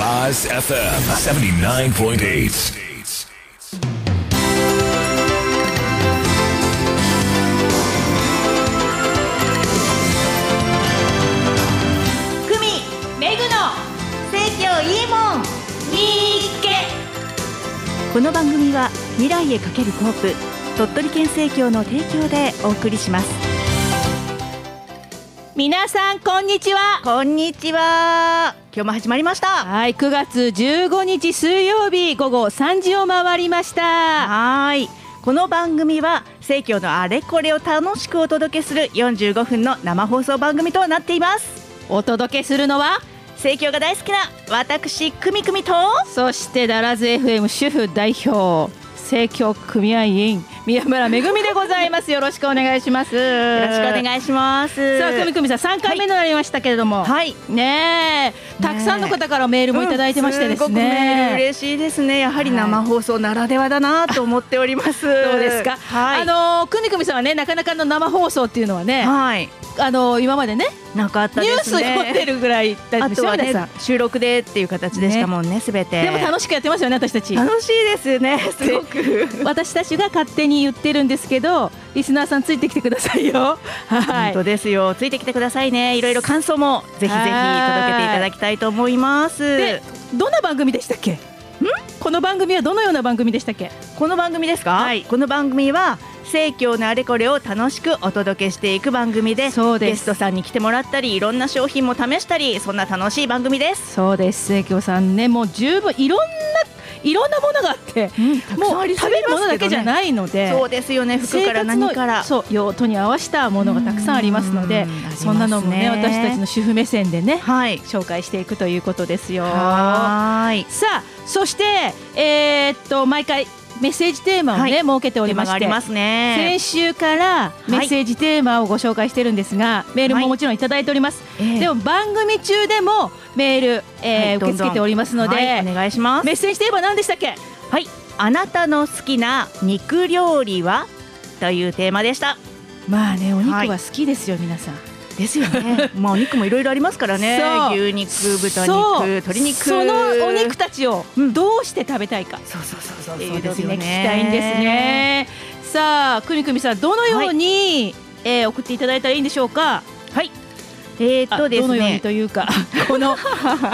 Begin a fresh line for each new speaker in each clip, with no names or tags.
Lars FM 79.8.
久美メグの生協いいもんみーけこの番組は未来へかけるコープ鳥取県生協の提供でお送りします皆さんこんにちは
こんにちは。今日も始まりました。
はい9月15日水曜日午後3時を回りました
はーい。この番組は生協のあれこれを楽しくお届けする45分の生放送番組となっています。
お届けするのは
生協が大好きな私くみくみと
そしてダラズ FM 主婦代表生協組合員宮村めぐみでございますよろしくお願いしますよ
よろ
ろ
しくお願いします。
さあ久美久美さん三回目になりましたけれども、
はい。
ねえたくさんの方からメールもいただいてましてです
うんごくメール
ね。
嬉しいですね。やはり生放送ならではだなと思っております。
どうですか、
はい。
あのーくみくみさんはねなかなかの生放送っていうのはね、
はい。
あのー今までね
なかった
ニュー
です
ス
ね。
読んでるぐらいだった
あ
んです
と
よ
は
皆
ね
さん、
収録でっていう形でしたもんね、すべて。
でも楽しくやってますよね私たち
楽しいですね、 すごく。
私たちが勝手に言ってるんですけどリスナーさんついてきてください よは
本
い
当ですよ。ついてきてくださいね。いろいろ感想もぜひぜひ届けていただきたいと思います
で。どんな番組でしたっけんこの番組はどのような番組でしたっけ
この番組ですか？
はい
この番組は生協のあれこれを楽しくお届けしていく番組で、
そうです
ゲストさんに来てもらったり、いろんな商品も試したり、そんな楽しい番組です。
そうです生協さんねもう十分いろんないろんなものがあって、もう食べるものだけじゃ
い。
ないので
そうですよね。服
生
から
活の
何から。
そう用途に合わせたものがたくさんありますので
うんありますね
そんなのもね私たちの主婦目線でね
はい。
紹介していくということですよ。さ
はーい。
あそして、えーっと毎回メッセージテーマをね、
はい
設けてお
テ
り
ー
ま
マが
し
あ
て
りますね。
先週からメッセージテーマをご紹介してるんですが、メールももちろんいただいております、
ええ
でも番組中でもメール、えー
はい
受け付けておりますの
ど
で、
んどんはいお願いします
メ。ッセージテーマ何でしたっけ
はい、あなたの好きな肉料理はというテーマでした。
まあねお肉
はい
は好きですよ、皆さん
ですよ ね。まあお肉もいろいろありますからね
そう。
牛肉、豚
そう
肉、鶏肉。
そのお肉。たちを
うん
どうして食べたいか
そうそうそうそう。
ってい
そううで
のを
す
ね
よ
聞きたいんです
ね。
ねさあくみくみさんどのように、えー送っていただいたらいいんでしょうか
はい。えー、っ
あ
とで
ど
す
のように
ね。
とい うかこの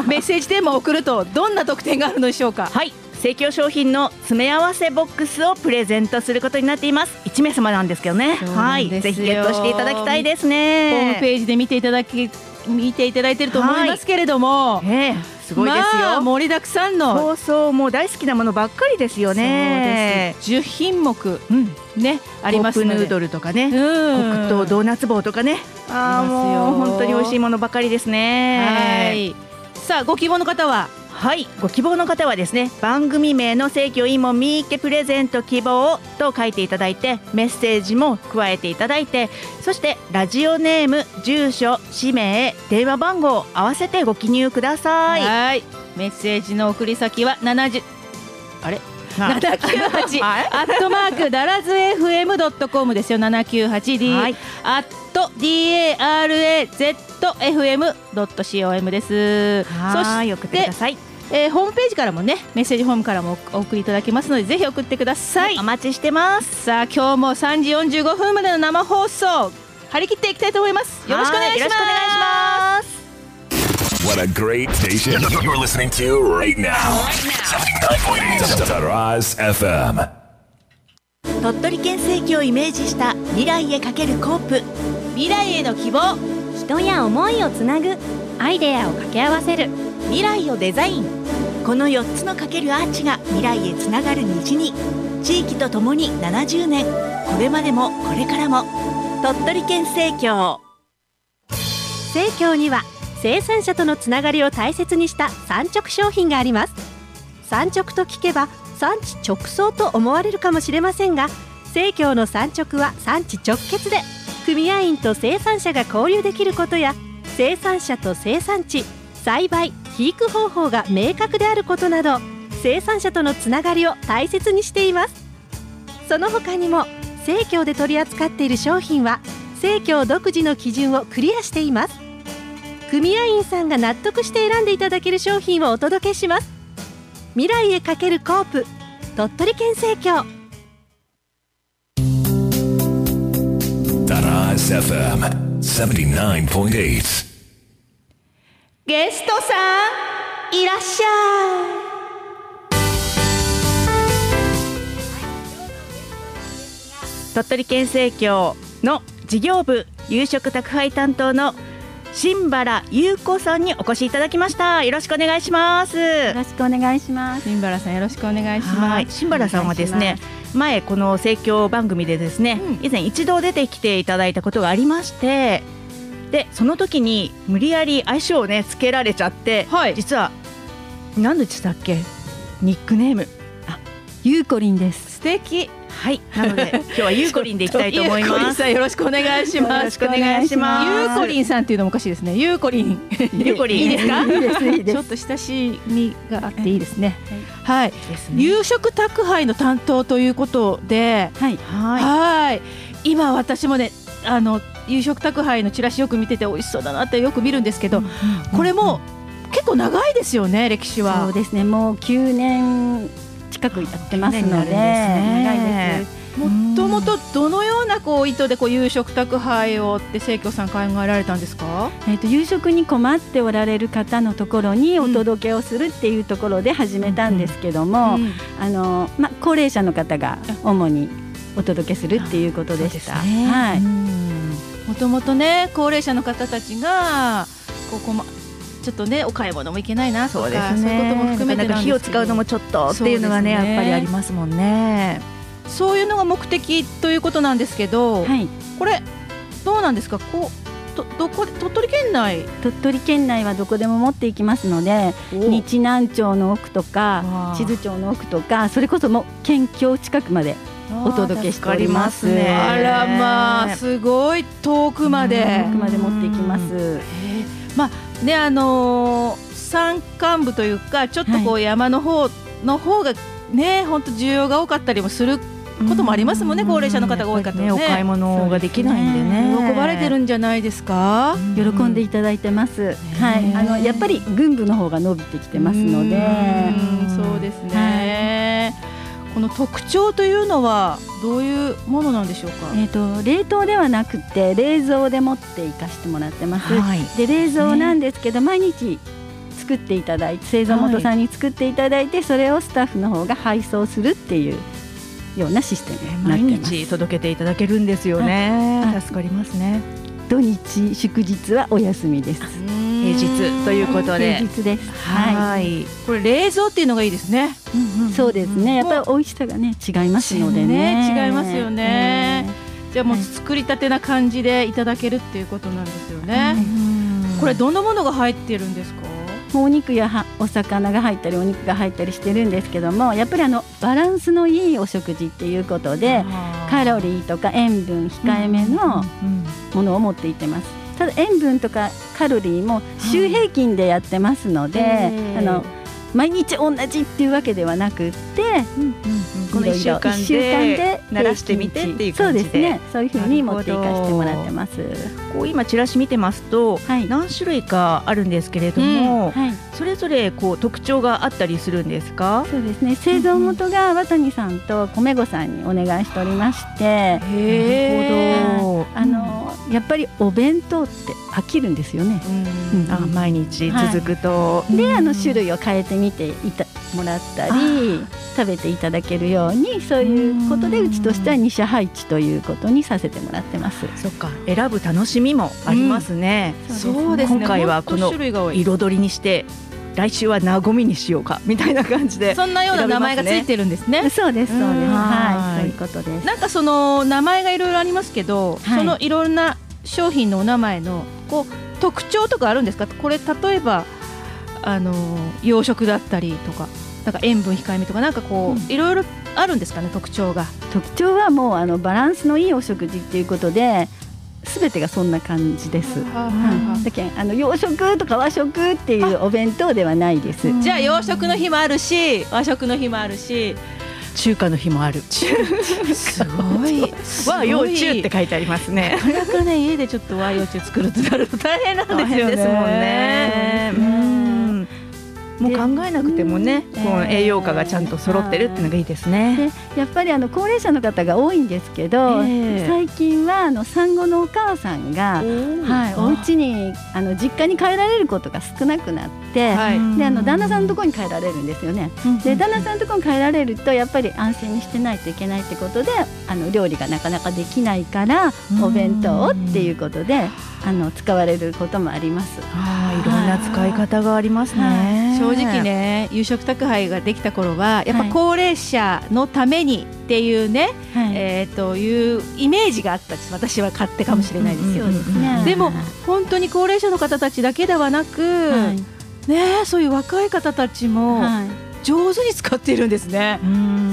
メッセージテーマを送るとどんな特典があるのでしょうか
はい。生協商品の詰め合わせボックスをプレゼントすることになっています。一名様なんですけどね。
そう
は
なん
い。
ですよ
ぜひゲットしていただきたいです
ホーム
ね。
ページで見ていただき見ていただいてると思いますけれども、
ええすごいですよ。
まあ盛りだくさんの
そうそうもう大好きなものばっかりですよね。
そうです10品目
うん、
ねありますの
コップ
で
ヌードルとかね、
うん
黒糖ドーナツ棒とかね。ああ
ありますよ
もう本当に美味しいものばかりです
は
ね。
いさあご希望の方は
はい。ご希望の方はですね、番組名の正規をいいもんみーけプレゼント希望と書いていただいて、メッセージも加えていただいて、そしてラジオネーム、住所、氏名、電話番号を合わせてご記入ください。
はいメッセージの送り先は70あれ
は
七九八
は
アットマークダラズ FM ドットコムですよ七九八 D
はい
アット D A R A Z F M ドット C O M です。そし
はい、送ってください。
えーホームページからもねメッセージホームからもおお送りいただけますのでぜひ送ってください、
お待ちしてます。
さあ今日も3時45分までの生放送張り切っていきたいと思いますよろしくお願いします
はよろくお願いします。
What a great station you're listening to right now. 79.8 Raz FM.
鳥取県政機をイメージした未来へかけるコープ
未来への希望
人や思いをつなぐアイデアを掛け合わせる
未来をデザインこの4つのかけるアーチが未来へつながる虹に地域とともに70年これまでもこれからも鳥取県政協
生協には生産者とのつながりを大切にした産直商品があります産直と聞けば産地直送と思われるかもしれませんが生協の産直は産地直結で組合員と生産者が交流できることや生産者と生産地栽培肥育方法が明確であることなど生産者とのつながりを大切にしていますその他にも生協で取り扱っている商品は生協独自の基準をクリアしています組合員さんが納得して選んでいただける商品をお届けします未来へかけるコープ鳥取県生協
Daraz FM 79.8.
ゲストさんいらっしゃい鳥取県生協の事業部夕食宅配担当の新原優子さんにお越しいただきましたよろしくお願いします
よろしくお願いします。
新原さんよろしくお願いし
は
ま
い、
す。
新原さんはですね前この盛況番組でですね、以前一度出てきていただいたことがありましてでその時に無理やり相性をねつけられちゃって、
はい
実は何でしたっけニックネーム
ゆうこりんです。
素敵。
はいなので今日はゆうこりんでいきたいと思い
ゆうこり
ま
ん
す
さんよろしくお願いします。
よろしくお願いします
ゆうこりんさんっていうのもおかしいですね。ゆうこり ん。
ゆうこりん
いいですか？
いいですいいです
ちょっと親しみがあって
で
い
い
い
い
で
ですね。
す。はい。
ですね
夕食宅配の担当ということで、
はい。
はい
はい。今私もね、あの夕食宅配のチラシよく見てて美味しそうだなってよく見るんですけど、これも結構長いですよね歴史
そ
は
う。ですね。もう9年近くやってますので、
九年になるんですね
長いです。
もともとどのようなこう意図でこう夕食宅配をって生協さん考えられたんですか？
えっ、と夕食に困っておられる方のところにお届けをするっていうところで始めたんですけども、
うん
あのまあ高齢者の方が主にお届けするっていうことでした。
そうですね
はい。
もともとね高齢者の方たちがここもちょっとねお買い物も行けないなと
そう
か
ですね
そういうことも含め
なか
て
な
な
か
ん
火
で
を
すけど
使うのもちょっとっていうのがね
そうですね
やっぱりありますもんね
そういうのが目的ということなんですけど、
はい。
これどうなんですかこうとどこで鳥取県内
鳥取県内はどこでも持っていきますので、日南町の奥と
わ
か
あ
地図町の奥とか、それこそもう県境近くまでお届けしております
助かりますね
あらまあすごい遠くまで
奥。まで持っていきます。
えーまあねあのー山間部というかちょっとこ
は
う山の方の方がね本当需要が多かったりもすることもありますもんね高齢者の方が多い方はね
やっぱりお買い物ができないんでね
喜ばれてるんじゃないですか。
喜んでいただいてます。はい、あのやっぱり群舞の方が伸びてきてますので、
うんそうですね。この特徴というのはどういうものなんでしょうか。
えっ、と冷凍ではなくて冷蔵で持っていかしてもらってます。
はい
で冷蔵なんですけど、毎日作っていただいて製造元さんに作っていただいて、それをスタッフの方が配送するっていうようなシステムにな
毎
ってます。
日届けていただけるんですよね、
はい
助かりますね
土日祝日はお休みです。
平
平日ということで
平日です。は
はい
これ冷蔵っていうのがいいですね。
い。そうですね。やっぱり美味しさがね違いますのでね。
ね違いますよね
えー
じゃあもう
はい
作りたてな感じでいただけるっていうことなんですよね。こ
こ
れ
れ
どんなものが入ってるんですか。
もうお肉やはお魚が入ったりお肉が入ったりしてるんですけどもやっぱりあのバランスのいいお食事っていうことでカロリーとか塩分控えめのものを持っていってます。ただ塩分とかカロリーも週平均でやってますので、
うん
あの毎日同じっていうわけではなくって、
この一週間
一週
で
間平均値
慣らしてみてっていう感じで
そうですね。そういうふうに持っていかしてもらってます。
こう今チラシ見てますと
はい。
何種類かあるんですけれども、
はい。
それぞれこう特徴があったりするんですか
そうですね。製造元が渡谷さんと米子さんにお願いしておりまして、
へ
なる
ほど
あのやっぱりお弁当って飽きるんですよね。
うん
あ毎日続くと、
であの種類を変えてみていたもらったり食べていただけるようにそういうことで
うん
うちとしては二社配置ということにさせてもらってます。
そっか選ぶ楽しみもありますね、
そうですね。
今回はこ
もっ
の
と種類が多い。
彩りにして来週は和みにしようかみたいな感じで
そんなような名前がついてるんですね。
そうで
う
すそうです。
ん
は、
はいい
そういうことです。
なんかその名前がいろいろありますけど、
はい
そのいろんな商品のお名前のこう特徴とかあるんですかこれ例えばあの養殖だったりとかなんか塩分控えめとかなんかこういろいろあるんですかね特徴が
特徴はもうあのバランスのいいお食事っていうことで、すべてがそんな感じです。はい、だけんあの洋食とか和食っていうお弁当ではないです。
じゃあ洋食の日もあるし和食の日もあるし
中華の日もある。
すごい。
和洋中って書いてありますね。
なかなかね家でちょっと和洋中作るとなると大変なんですよね。
ですもんね。うんもう考えなくてもね、
で
この栄養価がちゃんと揃ってるっていうのがいいですね。
でやっぱりあの高齢者の方が多いんですけど、
ええ
最近はあの産後のお母さんが、はい、お家にあの実家に帰られることが少なくなって、
はい
うん
であの旦那さんのところに帰られるんですよね。で旦那さんのところに帰られるとやっぱり安静にしてないといけないってことであの料理がなかなかできないから
うん
お弁当をっていうことであの使われることもあります。
あーいろんな使い方がありますね。
正直。ね夕食宅配ができた頃はやっぱ
はい
高齢者のためにっていうね、
はい
えー、というイメージがあったんです私は勝手かもしれないですよ、
そうですね
でも本当に高齢者の方たちだけではなく、
はい
ねえ、そういう若い方たちも
はい
上手に使っているんですね、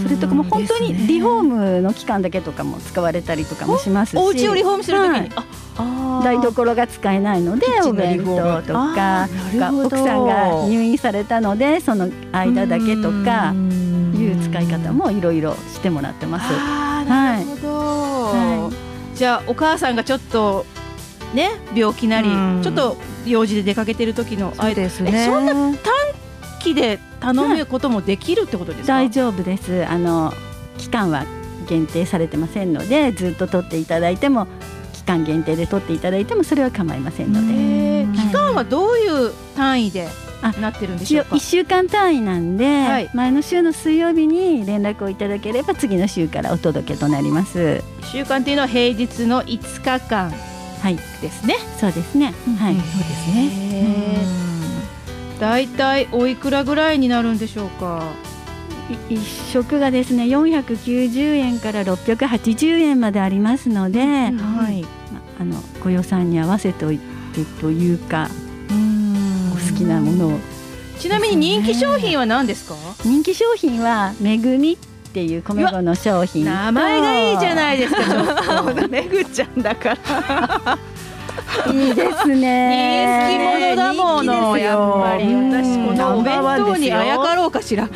それとかもう本当に
ですね
リフォームの期間だけとかも使われたりとかもしますし
お家をリフォームするときに、
はい
あ
台所が使えないので
ッチ
お
ンのリ
弁
フォーム
当とか
あーなるほど
奥さんが入院されたのでその間だけとかいう使い方もいろいろしてもらってます。
あー
はい
なるほど、
は
じゃあお母さんがちょっとね病気なり、
うん
ちょっと用事で出かけてる時の
そう
間
ですね。
えそんな期で頼むこともできるってことですか、
大丈夫ですあの期間は限定されてませんのでずっと取っていただいても期間限定で取っていただいてもそれは構いませんので。
えー
い
期間はどういう単位で
あ
なってるんでし
一
ょう
応
か
1週間単位なんで、
はい
前の週の水曜日に連絡をいただければ次の週からお届けとなります
1週間っていうのは平日の5日間
はい
ですね
そうですね、はい
そうですね。
だいたいおいくらぐらいになるんでしょうか
い一食がですね490円から680円までありますので、ま
はい。
あのご予算に合わせておいてというかお好きなものを
ちなみに人気商品は何ですか
人気商品は「めぐみ」っていう米粉の商品と
名前がいいじゃないですかちょっと
めぐちゃんだから。
いいですね
人気者だも
人気
の
ですよ
やっぱり
うん
私このお弁当にあやかろうかしら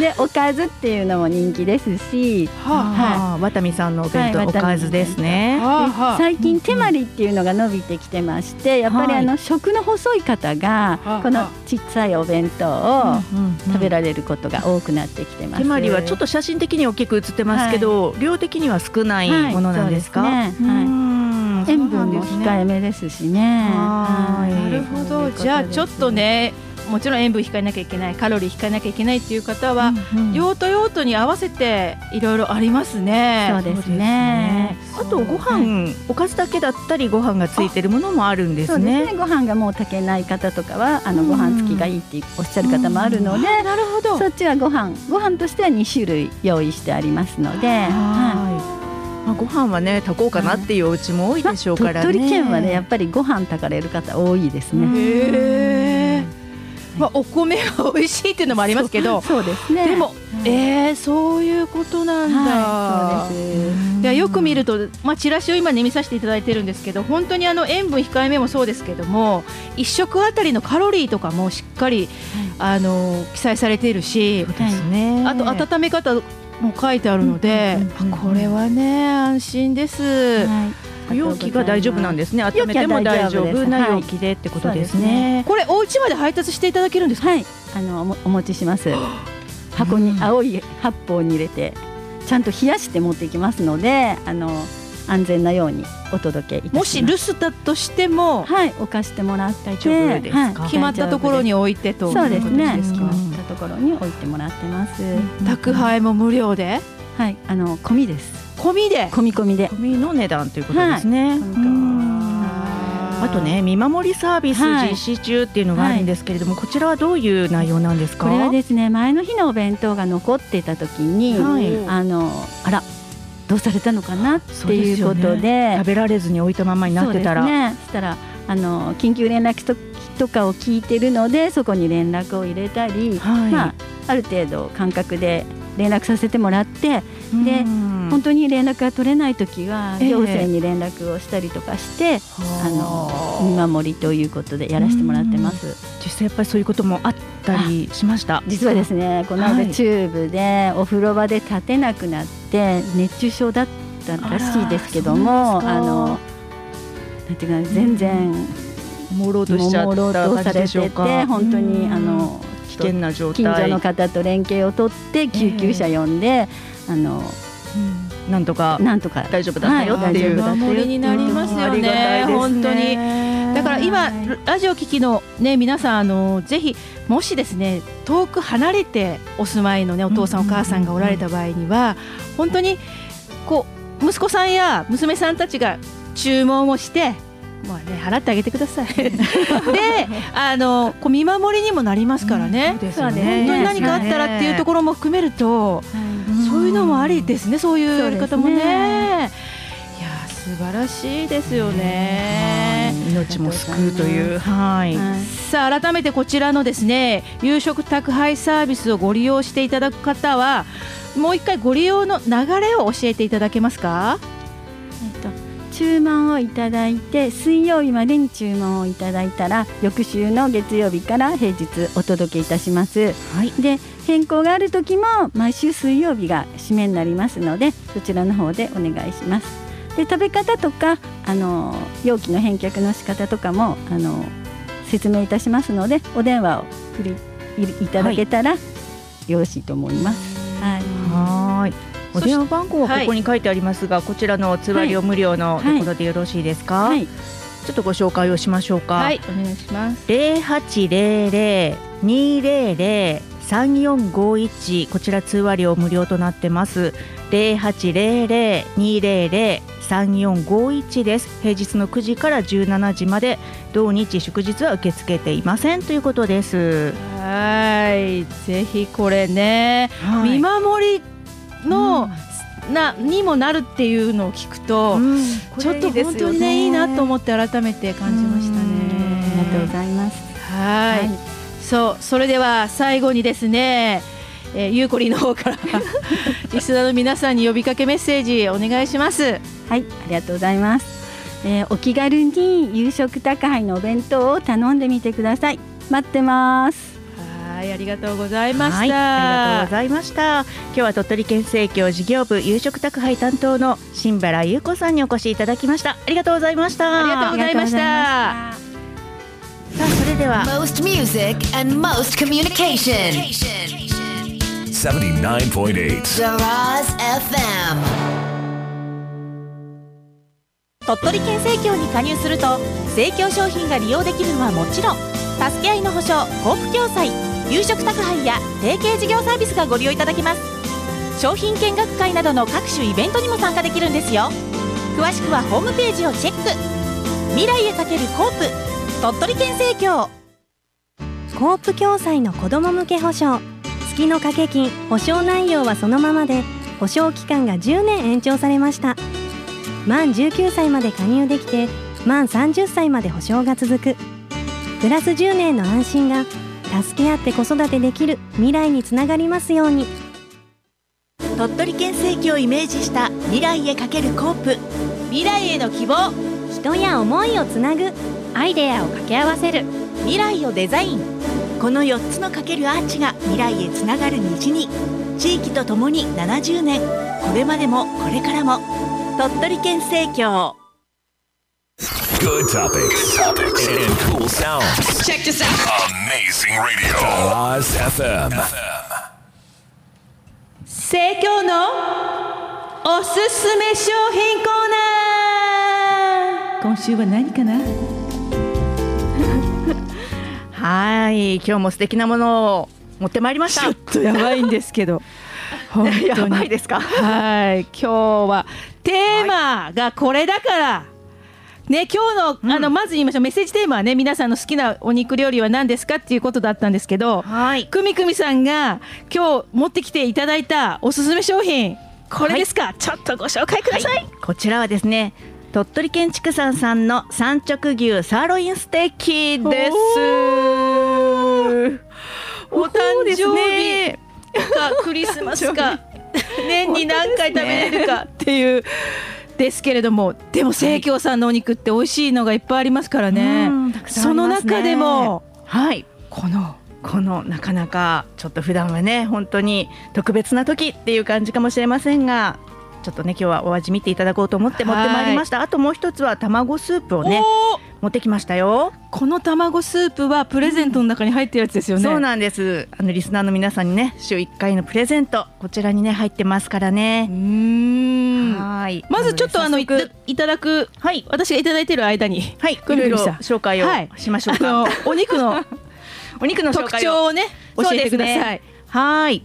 でおかずっていうのも人気ですし
はあ、渡美さんのお弁当
はい
おかずですね。
はあは
最近手まりっていうのが伸びてきてましてやっぱり
はい
あの食の細い方
は
が
あ
このちっちゃいお弁当を食べ
ら
られることが多くなってきてます。
手まりはちょっと写真的には大きく写ってますけど、量的には少ないものなんですか。
はいそうですねはい
うん
塩分も
そうな
控
ん
えめですしね。
は
はいい
なるほどじゃあちょっとねもちろん塩分控えなきゃいけないカロリー控えなきゃいけないっていう方は、
ですねうんうん
用途用途に合わせていろいろありますね
そうですね。
あとご飯、おかずだけだったりご飯がついてるものもあるんで
そ
す
うです
ね。
ね。ご飯がもう炊けない方とかはあの
うん
ご飯付きがいいっておっしゃる方もあるので、
あなるほど
そっちはご飯ご飯としては2種類用意してありますので、はい
はい。まあご飯はね炊こうかなっていうお家も多いでしょう
ま
か
あ
らね。
鳥取県はねやっぱりご飯炊かれる方多いですね。
へえ、まあ、お米が美味しいっていうのもありますけど
そうですね。
でも、えー、そういうことなんだ、
はい、そうです。
いやよく見ると、まあ、チラシを今ね見させていただいてるんですけど本当にあの塩分控えめもそうですけども1食あたりのカロリーとかもしっかり、あの記載されているし
そうですね。
あと温め方も書いてあるので、
うんうんうん
あこれはね安心です、
はい
容器が大丈夫なんですね。温
とうご
め
ざ
て
いま
も
す
大丈
容器は大丈夫で
夫
す
な容器でってことですね。
これお家まで配達していただけるんですか、
はい、あのおもお持ち します。箱に青い発泡に入れて、ちゃんと冷やして持っていきますので、あの安全なようにお届けいたします。
もし留守だとしても、
はい、置かしてもらって、大
丈夫ですか
決まったところに置いてと
そうです
ということ
ね。
です
決
か
まったところに置いてもらってます。
宅配も無料で
はい、あの込みです。
込みで
込み込みで。
ゴミの値段ということですね。
い
うんあとね見守りサービス
はい
実施中っていうのがあるんですけれども、こちらはどういう内容なんですか。
これはですね、前の日のお弁当が残っていた時に、
はい
あのあらどうされたのかなっていう
そ
こ
うで
と
すよ
で。
食べられずに置いたままになってたら、
そうですね、そしたらあの緊急連絡先とかを聞いてるのでそこに連絡を入れたり、
はい
まあ、ある程度感覚で連絡させてもらって、で本当に連絡が取れない時は
ええ
行政に連絡をしたりとかして、あの見守りということでやらせてもらってます。
実際やっぱりそういうこともあったりしました
実はですねこの
は
間
い
チューブでお風呂場で立てなくなって熱中症だったらしいですけども
あらそう
あ
なん
のなんていうかな全然
朦朧としちゃ
もう
っ
朦
た
朧と
感
さ
じ
れ
でしてょう
て
か
本当に
うん
あの
危険な状
近所の
態
方と連携を取って救急車呼んで、あの
なんとか
なんとか
大丈夫だったよっていう
は大丈夫だったよ
守りになりますよね
ありがたいですね
本当にだから今
はい
ラジオ聞きのね皆さんあのぜひもしですね遠く離れてお住まいのねお父さんお母さんがおられた場合には本当にこう息子さんや娘さんたちが注文をして。まあね、払ってあげてくだ さいであのこう見守りにもなりますからね,、
そうです
本
ね
当に何かあったらっていうところも含めると、そういうのもありですね、そういうやり方もね。
そうですね
いやー、素晴らしいですよね。
命も救うという
はいさあ改めてこちらのですね夕食宅配サービスをご利用していただく方はもう一回ご利用の流れを教えていただけますか
えっと注文をいただいて水曜日までに注文をいただいたら翌週の月曜日から平日お届けいたします、で変更がある時も毎週水曜日が締めになりますのでそちらの方でお願いしますで食べ方とかあの容器の返却の仕方とかもあの説明いたしますのでお電話をくりいいただけたら、よろしいと思います、はい、
はい。お電話番号は
はい
ここに書いてありますが、こちらの通話料無料のところでよろしいですか、
はい、
ちょっとご紹介をしましょうか。
はいお願いします
零八零零二零零三四五一こちら通話料無料となってます。零八零零二零零三四五一です。平日の九時から十七時まで同日祝日は受け付けていませんということです。
はいぜひこれね、
はい
見守りの、なにもなるっていうのを聞くと、
うん
ちょっと本当にねいいなと思って改めて感じましたね
ありがとうございます、
はい
はい
そうそれでは最後にですね、えー、ゆうこりんの方から リスナーの皆さんに呼びかけメッセージお願いします
はい、ありがとうございます。えーお気軽に夕食宅配のお弁当を頼んでみてください。待ってます。
はいありがとうございました、
はい、ありがとうございました。今日は鳥取県政教事業部夕食宅配担当の新原優子さんにお越しいただきました。ありがとうございました。
ありがとうございました
さあ、それでは
Most music and most communication.
79.8.
Zaraz FM.
鳥取県政協に加入すると政協商品が利用できるのはもちろん助け合いの保障交付共済夕食宅配や提携事業サービスがご利用いただけます商品見学会などの各種イベントにも参加できるんですよ詳しくはホームページをチェック未来へかけるコープ鳥取県政協
コープ共済の子ども向け保証月の掛け金保証内容はそのままで保証期間が10年延長されました満19歳まで加入できて満30歳まで保証が続くプラス10年の安心が助け合って子育てできる未来につながりますように
鳥取県政教をイメージした未来へかけるコープ
未来への希望
人や思いをつなぐアイデアを掛け合わせる
未来をデザイン
この4つのかけるアーチが未来へつながる虹に地域とともに70年これまでもこれからも鳥取県政教
Good topics. topics. And cool sounds. Check this out. Amazing radio. Rise FM.
盛況のおすすめ商品コーナー今週は何かな
はい、今日も素敵なものを持ってまいりまし
ちょ
た
っ。とやばいんですけど本当 に
やばいですか
はい今日はテーマがこれだからね今日の,、あのまず言いましょうメッセージテーマはね皆さんの好きなお肉料理は何ですかっていうことだったんですけど
はい、
くみくみさんが今日持ってきていただいたおすすめ商品これですか、ちょっとご紹介ください、
こちらはですね、鳥取県畜産さんの産直牛サーロインステーキです。
お誕生日
そうですね
おかクリスマス か年に何回食べれるかっていうですけれどもでも生協さんのお肉って美味しいのがいっぱいありますからね,、
うんたくさんあ
そ
り
の
ますね
中でも
はい
この
このなかなかちょっと普段はね本当に特別な時っていう感じかもしれませんがちょっとね今日はお味見ていただこうと思って持ってまいりましたあともう一つは卵スープをね
おー
持ってきましたよ
この卵スープはプレゼントの中に入ってるやつですよね、
そうなんですあのリスナーの皆さんにね週1回のプレゼントこちらにね入ってますから
うー
ね、
ん
はい
まずちょっとあのいた
早速
いただく、はい、私がいただいてる間に
はい
ご
い
め
ろ
ん
いろ
なさい
紹介を
はい
しましょ
あ
うか、
のお肉の
お肉の紹
特
介を
徴をね教えてく
そ
だ
うです
さい
ね。はい。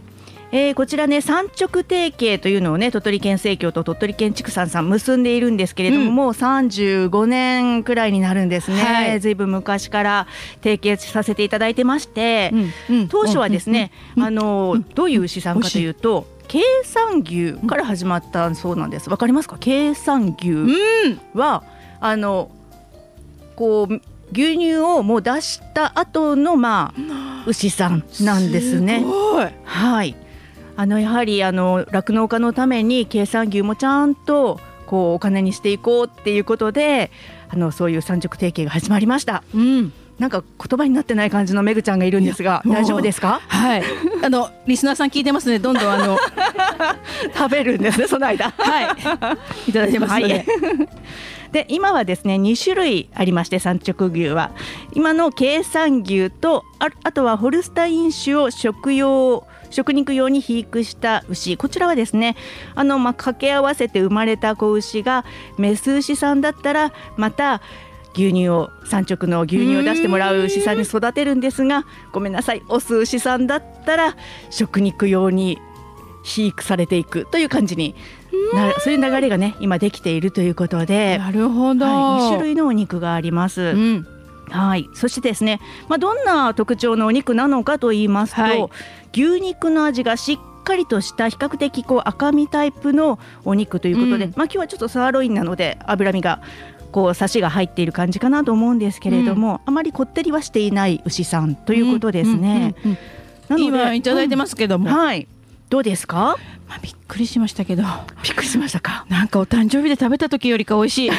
えーこちらね産直提携というのをね鳥取県生協と鳥取県畜産さん結んでいるんですけれども、
うん
もう35年くらいになるんですね、
はい
ずいぶん昔から提携させていただいてまして、
うん
当初はですね、
うん
あのーどういう資産かというと経産牛から始まったそうなんですわかりますか経産牛は、あのこう牛乳をもう出した後のまあ牛さんなんですね。
ごい
はい。あのやはりあの酪農家のために経産牛もちゃんとこうお金にしていこうっていうことで、あのそういう産直提携が始まりました。
うん
なんか言葉になってない感じのめぐちゃんがいるんですが、
いや
大丈夫ですか？
はい あのリスナーさん聞いてますねどんどんあ の
食べるんですねその間。
はいいただいてますので、
で今はですね2種類ありまして産直牛は今の経産牛とああとはホルスタイン種を食用食肉用に肥育した牛こちらはですねあの、まあ、掛け合わせて生まれた子牛がメス牛さんだったらまた牛乳を産直の牛乳を出してもらう牛さんに育てるんですがごめんなさいオス牛さんだったら食肉用に飼育されていくという感じになるそういう流れがね今できているということで
なるほど、
はい、2種類のお肉があります。
うん
はい、そしてですね、まあ、どんな特徴のお肉なのかと言いますと、
はい
牛肉の味がしっかりとした比較的こう赤身タイプのお肉ということで、
うん
まあ、今日はちょっとサーロインなので脂身がこうサシが入っている感じかなと思うんですけれども、あまりこってりはしていない牛さんということですね。
うんうんうん
なので
今いただいてますけども、
うんはいどうですか
まあ、びっくりしましたけど
びっくりしましたか
なんかお誕生日で食べた時よりか美味しい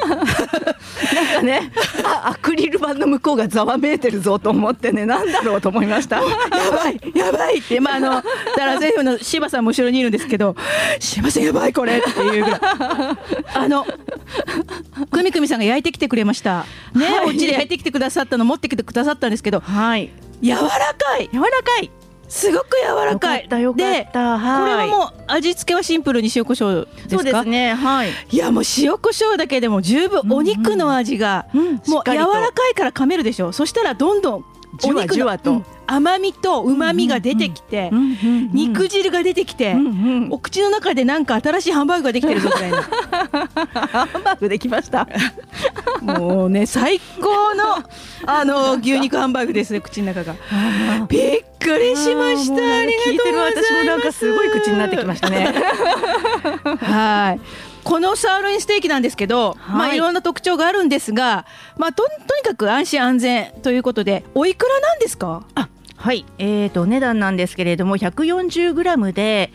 なんかねあアクリル板の向こうがざわめいてるぞと思ってねなんだろうと思いました。
やばいやばいってまああのだから政府の柴さんも後ろにいるんですけど柴さんやばいこれっていうぐらいあのくみくみさんが焼いてきてくれましたね、お家で焼いてきてくださったの持ってきてくださったんですけど
はい
柔らかい
柔らかい
すごく柔らかい
よかったよか
で
っ
これ
た
は
う
もう味付けはシンプルに塩コショウですか
そうですねはい
いやもう塩コショウだけでも十分お肉の味が、
うんし
も
っ
う
か
柔
りと
らかいから噛めるでしょそしたらどんどんお
じわ
肉の
じわと
うん甘みと旨みが出てきて、肉汁が出てきて、
うん
お口の中でなんか新しいハンバーグができてるぞみたいな
ハンバーグできました
もうね最高のあの牛肉ハンバーグですね口の中 がびっくりしましたありがと
聞
う
い
ござ
て
い
る
ます
私もなんかすごい口になってきましたね
はい。このサーロインステーキなんですけど、
はい
まあいろんな特徴があるんですが、まあととにかく安心安全ということで、おいくらなんですか？
はいえーとお値段なんですけれども 140g で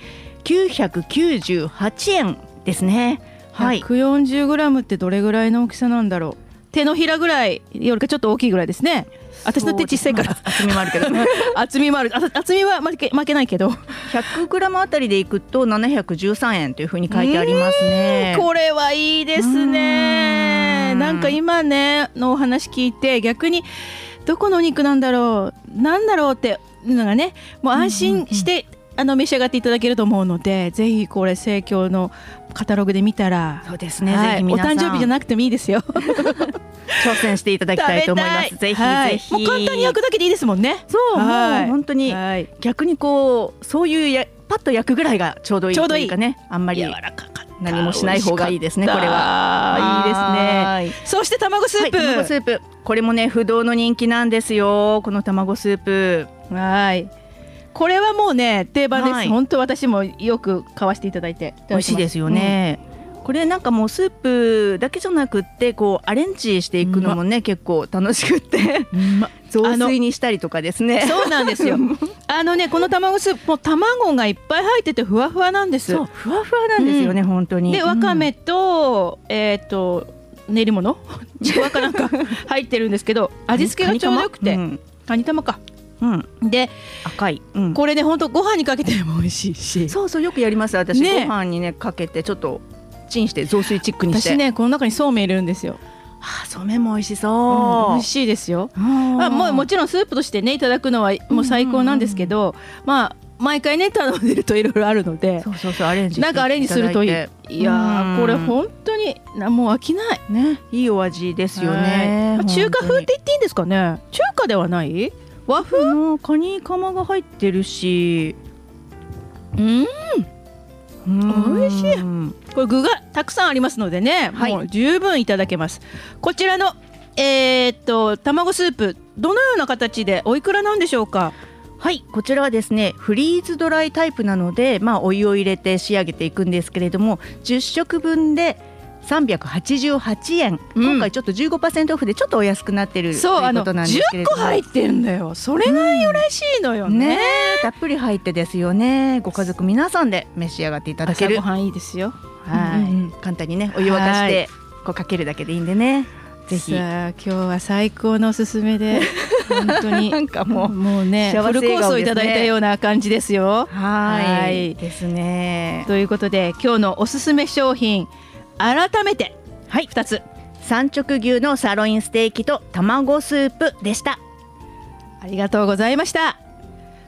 998円ですねはい
140グラムってどれぐらいの大きさなんだろう。手のひらぐらいよりかちょっと大きいぐらいですね。私の手小さいから
そうです ねまあ厚みもあるけど
厚みもある。あ厚みは負け負けないけど、
100g あたりでいくと713円というふうに書いてありますね
これはいいですね。
うん
なんか今ねのお話聞いて逆にどこのお肉なんだろうなんだろうっていうのがねもう安心して、あの召し上がっていただけると思うのでぜひこれ生協のカタログで見たら。
そうですね、
は
ぜ
い
ひ
お
皆さん
誕生日じゃなくてもいいですよ。食
挑戦していただ
べ
きたいと思いま
た
すぜひぜひ、
はいもう簡単に焼くだけでいいですもんね。
そう、
はい
もう本当に
はい。
逆にこうそういうやパッと焼くぐらいがちょうどいい
ちょう
と
どい
い
いう
かねあんまり
柔らかかった。
何もしない方がいいですね
美味しかったいいです
す
ね。
ね
そして卵スープ。
はい、卵スープこれもね不動の人気なんですよこの卵スープ
はい。これはもうね定番です。
はい
本当私もよく買わしていただいて。
美味しいですよね、ここれなんかもうスープだけじゃなくってこうアレンジしていくのもね、結構楽しくって、雑炊にしたりとかですね
そうな んですよあのねこの卵スープもう卵がいっぱい入っててふわふわなんです
そうふわふわなんですよね、本当に
でわかめと、えっ、と練り 物ちくわかなんか入ってるんですけど味付けがちょうどよくて
う
カニ,、
ん
玉か
うん
で
赤い、うん
これねほんとご飯にかけても美味しいし
そうそうよくやります私、
ね
ご飯にねかけてちょっとチンして雑炊チックにして
私ねこの中にそうめん入れるんですよ、
あそうめんも美味し
うん
そう、
美味しいですよ
うん
あもうもちろんスープとしてねいただくのはもう最高なんですけど、まあ毎回ね頼んでるといろいろあるので
そうそうそうアレンジして
なんかアレンジするといい
ただて
いやー
うん
これ本当になもう飽きない
ねいいお味ですよ
はい
ね
まあ中華風って言っていいんですかね中華ではない和風
あのカニカマが入ってるし
うん
うん
美味しいこれ具がたくさんありますのでね、
はい
もう十分いただけますこちらのえーっと卵スープどのような形でおいくらなんでしょうか
はいこちらはですねフリーズドライタイプなので、まあ、お湯を入れて仕上げていくんですけれども10食分で388円、
うん
今回ちょっと15%オフでちょっとお安くなってる
そう
とい
あ
うこ
の
となんです
10
けれども
個入ってんだよそれが嬉しいのよね,、
ねたっぷり入ってですよねご家族皆さんで召し上がっていただけ
朝
る
ごはんいいですよは、
はいい、簡単にねお湯沸かし
は
てこうかけるだけでいいんでねぜひ
さあ今日は最高のおすすめで 本当に
なんかもう
もうね
幸せ
フルコースをいただいたような感じですよ
はい
はい
ですね
ということで今日のおすすめ商品改めてはい2つ
三直牛のサーロインステーキと卵スープでした
ありがとうございました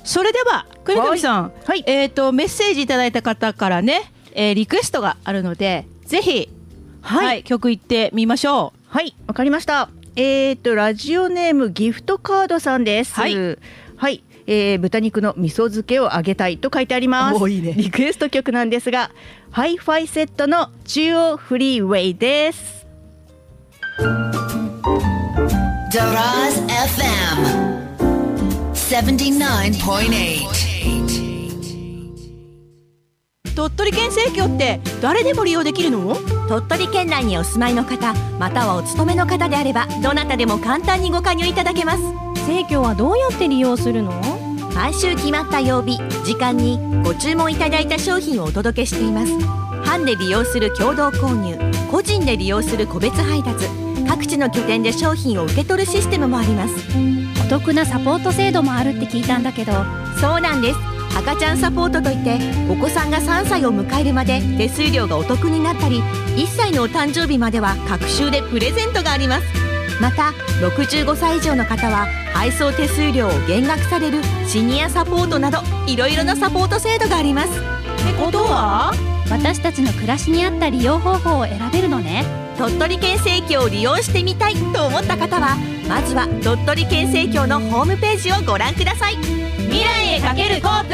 それでは栗上さん、
はい
えっ、とメッセージいただいた方からね、えーリクエストがあるのでぜひはい、曲いってみましょう
はい、わかりました。えっ、とラジオネームギフトカードさんです。
はい
はいえー豚肉の味噌漬けをあげたいと書いてあります。リクエスト曲なんですが、ハイファイセットの中央フリーウェイです。
Daraz FM 79.8.
鳥取県生協って誰でも利用できるの
鳥取県内にお住まいの方またはお勤めの方であればどなたでも簡単にご加入いただけます
生協はどうやって利用するの
毎週決まった曜日時間にご注文いただいた商品をお届けしています班で利用する共同購入個人で利用する個別配達各地の拠点で商品を受け取るシステムもあります
お得なサポート制度もあるって聞いたんだけど
そうなんです赤ちゃんサポートといってお子さんが3歳を迎えるまで手数料がお得になったり1歳のお誕生日までは各週でプレゼントがありますまた65歳以上の方は配送手数料を減額されるシニアサポートなどいろいろなサポート制度がありますってことは
私たちの暮らしに合った利用方法を選べるのね
鳥取県生協を利用してみたいと思った方はまずは鳥取県生協のホームページをご覧ください未来へかけるコープ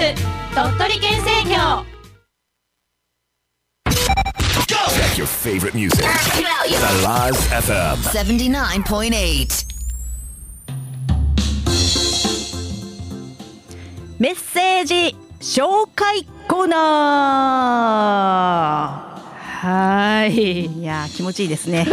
鳥取県生協
Check your favorite music. Salaz FM.
79.8.
メッセージ紹介コーナ
はい
ー。いやー気持ちいいです ね。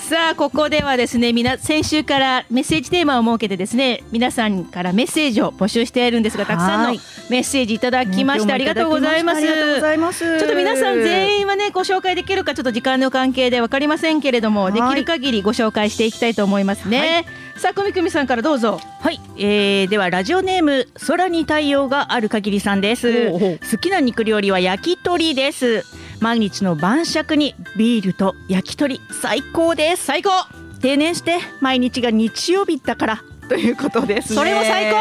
さあここではですねみな先週からメッセージテーマを設けてですね皆さんからメッセージを募集しているんですがたくさん
は
の
い
メッセージいただきまして、ありがとうございます。
ありがとうござ
ち
います。
ょっと皆さん
員
全員はねご紹介できるかちょっと時間の関係でわかりませんけれども
はい
できる限りご紹介していきたいと思いますね。さあくみくみさんからどうぞ。
はい、えー、ではラジオネーム空に太陽がある限りさんです
ほうほう
好きな肉料理は焼き鳥です毎日の晩酌にビールと焼き鳥最高です
最高。
定年して毎日が日曜日だからということですね
それも最
高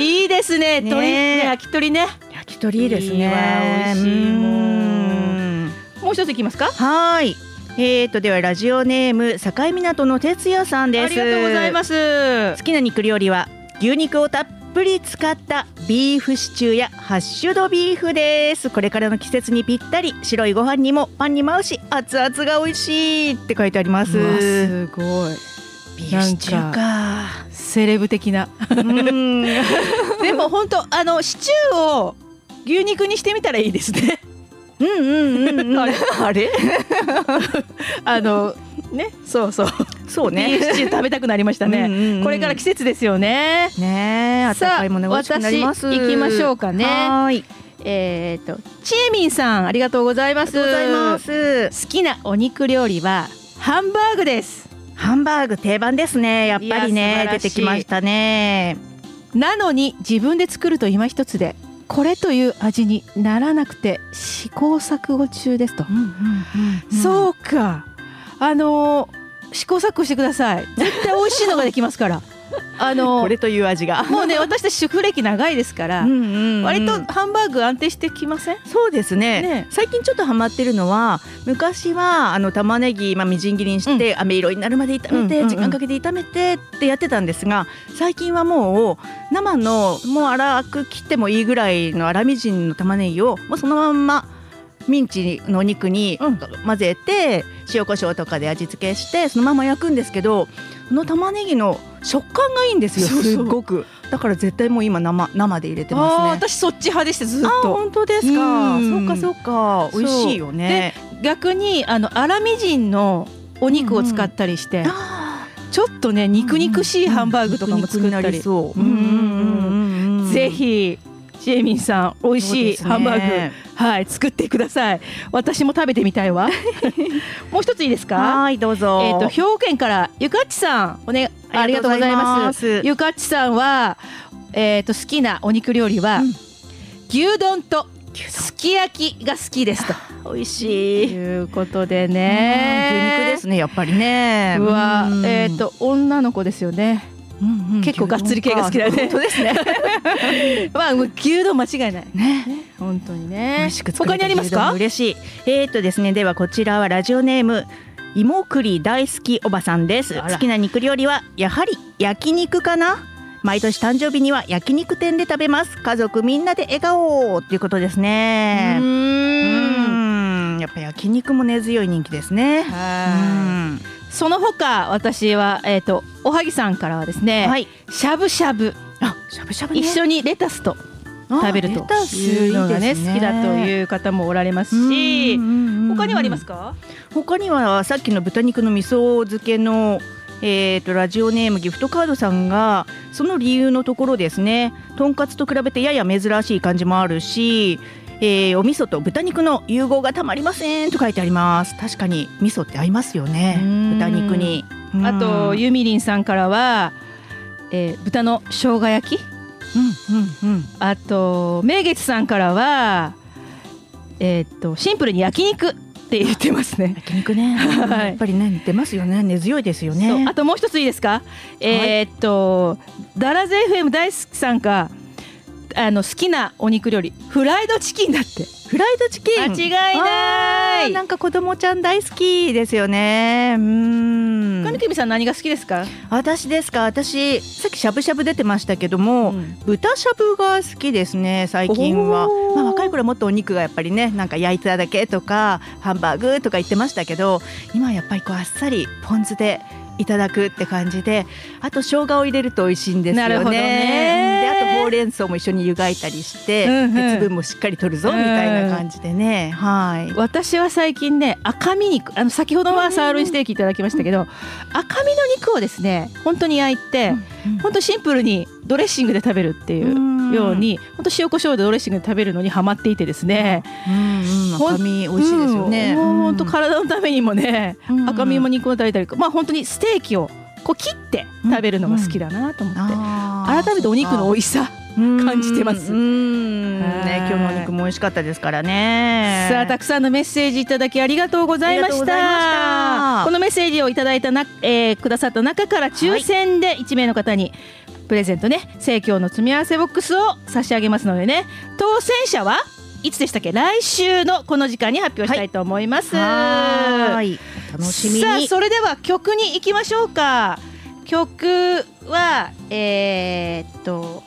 いいですね。
ね
鳥ね焼き鳥ね。
焼き鳥いいですね
いいわ美味しいもん
うーん
もう一ついきますか。
はいえーとではラジオネーム境港の哲也さん
あ
です
りがとうございます。
好きな肉料理は牛肉をたっぷり使ったビーフシチューやハッシュドビーフですこれからの季節にぴったり白いご飯にもパンにも合うし熱々が美味しいって書いてあります
うわすごい。
ビーフシチューか
セレブ的な。
うーん
でも本当あのシチューを牛肉にしてみたらいいですね。
うんうん うん、うん、
あれあのねそうそう
そう
ビー
ね
フシチュー食べたくなりましたね
うんうんうん
これから季節ですよね
ねえあった
さ
かいもの
あ
が美味しくな
私
り
行
ます
きましょうかね
はーい
えっ、とちえみんさんありがとうございます
ありがとうございます
好きなお肉料理はハンバーグです
ハンバーグ定番ですねやっぱり
いや素晴
ね
らし
出て
い
きましたね
なのに自分で作ると今一つでこれという味にならなくて試行錯誤中ですと、そうかあのー試行錯誤してください絶対美味しいのができます からあのー
これという味が
もうね私たち主婦歴長いですから、
うんうんうん
割とハンバーグ安定してきません
そうですね
ね
最近ちょっとハマってるのは昔はあの玉ねぎ、まあ、みじん切りにして、飴色になるまで炒めて、
うんうんうん
時間かけて炒めてってやってたんですが最近はもう生のもう粗く切ってもいいぐらいの粗みじんの玉ねぎをもうそのまんまミンチのお肉に混ぜて、塩コショウとかで味付けしてそのまま焼くんですけどこの玉ねぎの食感がいいんですよ
そうそう
すっごくだから絶対もう今生生で入れて
あー
ますね。
私そっち派でしたずっ
あ
と
本当ですか。
うん
そうかそうか。
そう
美味しいよね。
逆にあの粗みじんのお肉を使ったりして、
あ
ちょっとね肉肉しいハンバーグとかも作ったり、
そう。
うんうんうん
ん
ぜひジェイミンさん美味しいハンバーグ、はい作ってください私も食べてみたい わもう一ついいですか
はいどうぞ。
えっ、と兵庫県からゆかっちさんおねありがとうございま
す
すゆかっちさんはえっ、と好きなお肉料理は、
うん
牛丼とすき焼きが好きですと
美味
と
しい。
いうことで
ね
ね
牛肉ですねやっぱりね。
うわ
ん
えっ、、と女の子ですよね
うんうん
結構がっつり系が好きだ
牛
ね
丼か本当ですね。
まあ牛丼間違いない
ね。
本当に
美
ね
味しく作れ
他
た
にあります
牛丼も
か
嬉しい。えっ、とですねではこちらはラジオネーム芋栗大好きおばさんです。
あら
好きな肉料理はやはり焼肉かな。毎年誕生日には焼肉店で食べます。家族みんなで笑顔ということですね。う
うん
んやっぱ焼肉も根強い人気ですね。
は
うん
いその他私はえっ、とおはぎさんからはですね、
はい。
しゃぶしゃぶ
あ、しゃぶしゃぶ、ね、
一緒にレタスと食べると
あレタス
いうのが
い
ね
いですね
好きだという方もおられますし
うんうんうんうん
他にはありますか
他にはさっきの豚肉の味噌漬けの、えー、とラジオネームギフトカードさんがその理由のところですねとんかつと比べてやや珍しい感じもあるし、えーお味噌と豚肉の融合がたまりませんと書いてあります確かに味噌って合いますよね
うん
豚肉に
あと
うん
ゆみりんさんからは、えー豚の生姜焼き
うんうん
あと明月さんからはえーっとシンプルに焼肉って言ってますね。
焼肉ね、
はい
やっぱりね出ますよね根強いですよ
そう
ね
あともう一ついいですか、えーっとダラゼ FM 大好きさんかあの好きなお肉料理フライドチキンだって
フライドチキン
間違いな
あ
い
ーなんか子供ちゃん大好きですよねうん
金久美さん何が好きですか、
私ですか私さっきしゃぶしゃぶ出てましたけども、豚しゃぶが好きですね最近は
おー、
まあ、若い頃はもっとお肉がやっぱりねなんか焼いただけとかハンバーグとか言ってましたけど今はやっぱりこうあっさりポン酢でいただくって感じであと生姜を入れると美味しいんですよね
なるほどね
であとほうれん草も一緒に湯がいたりして、
うんうん
鉄分もしっかり取るぞみたいな感じでね、はい
私は最近ね赤身肉あの先ほどはサーロインステーキいただきましたけど、赤身の肉をですね本当に焼いて、本当シンプルにドレッシングで食べるっていううんように、本当塩コショウでドレッシングで食べるのにハマっていてですね、
うんうん赤身美味しいですよね、
うんもう
う
本
ん
当体のためにもね、
うん
赤身も肉も食べたりまあ本当にステーキをこう切って食べるのが好きだなと思って、
あー
改めてお肉の美味しさ感じてます
うーん
はい
ね、今日のお肉も美味しかったですからね。
さあたくさんのメッセージいただきありがとうございま
あ
した
りがとうございました
このメッセージをいただいたな、えーくださった中から抽選で1名の方にプレゼントね生協の積み合わせボックスを差し上げますのでね当選者はいつでしたっけ来週のこの時間に発表したいと思います、
はーい、お楽しみに。
さあそれでは曲に行きましょうか曲はえー、っと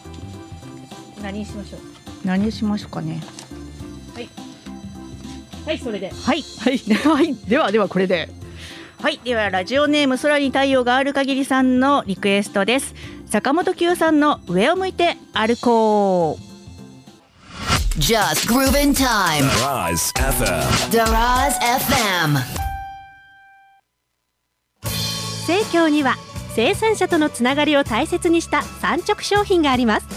何にしましょう
何しましょうかね。
はいそれで
はい、はい、 はい、ではではこれで。はい、ではラジオネーム空に太陽がある限りさんのリクエストです。坂本九さんの上を向いて歩こう。
Just grooving time.
Rise FM.
Daraz FM.
生協には生産者とのつながりを大切にした産直商品があります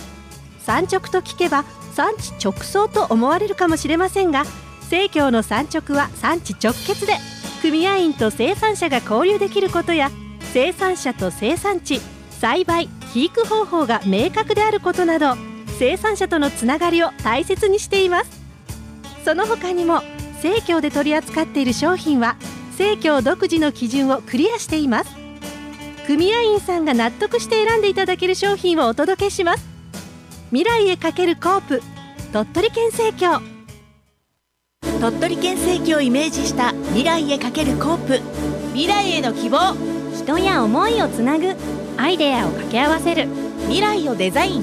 産直と聞けば産地直送と思われるかもしれませんが生協の産直は産地直結で組合員と生産者が交流できることや生産者と生産地栽培肥育方法が明確であることなど生産者とのつながりを大切にしていますその他にも生協で取り扱っている商品は生協独自の基準をクリアしています組合員さんが納得して選んでいただける商品をお届けします未来へかけるコープ鳥取県生協
鳥取県政協をイメージした未来へかけるコープ
未来への希望
人や思いをつなぐアイデアを掛け合わせる
未来をデザイン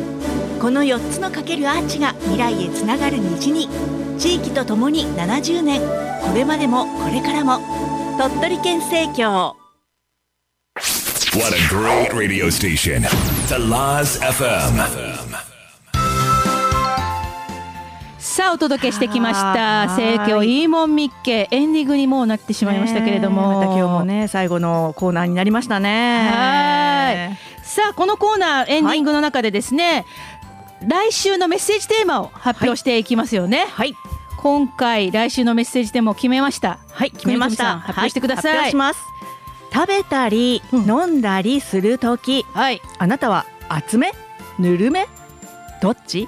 この4つのかけるアーチが未来へつながる虹に地域とともに70年これまでもこれからも鳥取県政協
What a great radio station. The Laz FM.
さあお届けしてきまし
は
た
ーい
生協いいもんみっけエンディングにもうなってしまいましたけれども、
ねえまた今日もね最後のコーナーになりましたね
はさあこのコーナーエンディングの中でですね、来週のメッセージテーマを発表していきますよね
はい
今回来週のメッセージテーマを決めました
はい決めまし
国見さ
た
ん発表してください
は発表します食べたり、飲んだりするとき
はいっ
あなたは厚めぬるめどっち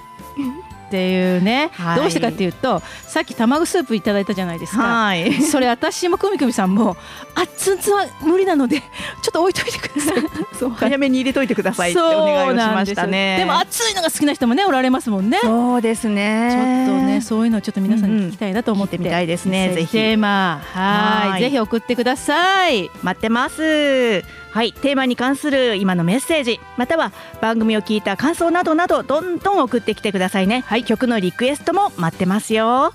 ていうね、
はい
どうしてかっていうとさっき卵スープいただいたじゃないですか
はい
それ私もくみくみさんもあつんつんは無理なのでちょっと置いといてください そ う
早めに入れといてくださいってお願いをしましたね
そうなんですよでも暑いのが好きな人もねおられますもんね
そうですね
ちょっとね、そういうのをちょっと皆さんに聞きたいなと思っ
聞
て、
いてみたいですねぜひ
テーマ、はい、
はい
ぜひ送ってください。
待ってますはいテーマに関する今のメッセージまたは番組を聞いた感想などなどどんどん送ってきてくださいね、はい、曲のリクエストも待ってますよ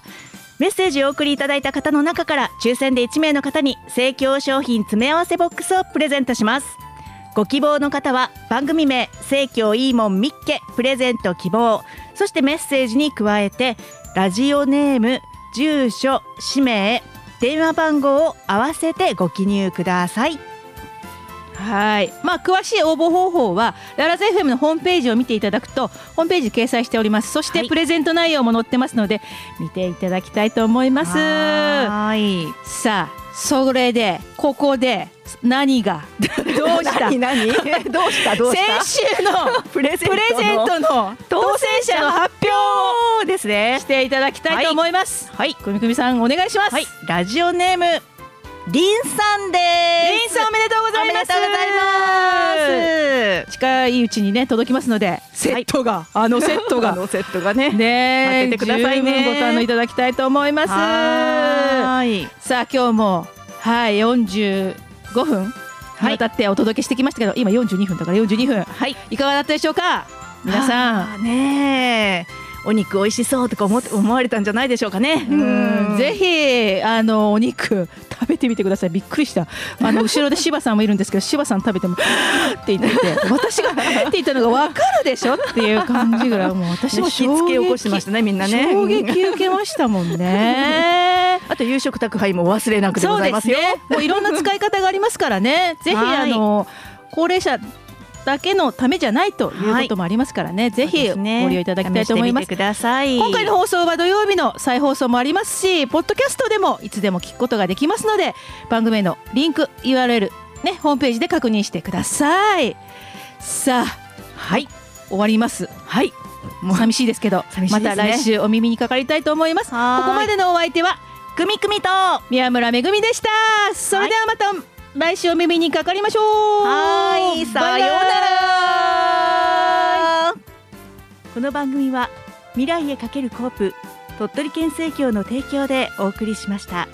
メッセージをお送りいただいた方の中から抽選で1名の方に生協商品詰め合わせボックスをプレゼントしますご希望の方は番組名「生協いいもんみっけ」プレゼント希望そしてメッセージに加えてラジオネーム住所氏名電話番号を合わせてご記入ください
はい、まあ詳しい応募方法はララザ FM のホームページを見ていただくとホームページ掲載しております。そし
は
て
い
プレゼント内容も載ってますので見ていただきたいと思います。
はい。
さあ、それでここで 何がどうした？
何 何どうしたどうした。
先週の
プレゼ
プレゼントの当選者の発表
表ですね
し。ていただきたいと思います。
はい。
くみくみさんお願いします。
はい。ラジオネームリンさんです。
リンさんおめでとうございます。
おめでとうご
いま。
ざいます
近いうちにね届きますので、セットが、あのセット
す。あ
が
のセットがね。
ね
当ててくださいね
十分ご堪能いただきたいと思います。
は
さあ
ーい。
今日もはい45分
い
にわたってお届けしてきましたけど、今42分だから42分
はい。
いかがだったでしょうか皆さん。
あーねえ。お肉美味しそうとか思って思われたんじゃないでしょうかね。
うんぜひあのお肉食べてみてくださいびっくりしたあの後ろで柴さんもいるんですけど柴さん食べても って言ってて私がって言ったのが分かるでしょっていう感じぐらいもう私
ね
も
引きつけ起こしてましたねみんなね。
衝撃受けましたもんね
あと夕食宅配もお忘れなくでご
そう
ざい
で
ますすよ。
ねもういろんな使い方がありますからねぜ ひ
は
あ
い
の高齢者だけのためじゃないということもありますからね、ぜひ
そうです
ご
ね
利用いただきたいと思います
試してみてください。
今回の放送は土曜日の再放送もありますしポッドキャストでもいつでも聞くことができますので番組へのリンク URL ねホームページで確認してくださいさあはい終わりますはいもう寂しいですけど
寂しいですね
また来週お耳にかかりたいと思いますこ
はーい
こまでのお相手は
くみくみと
宮村めぐみでしたそれではまた来週お耳にかかりましょう
はーいさようなら
バイバイ
この番組は未来へかけるコープ鳥取県政協の提供でお送りしました。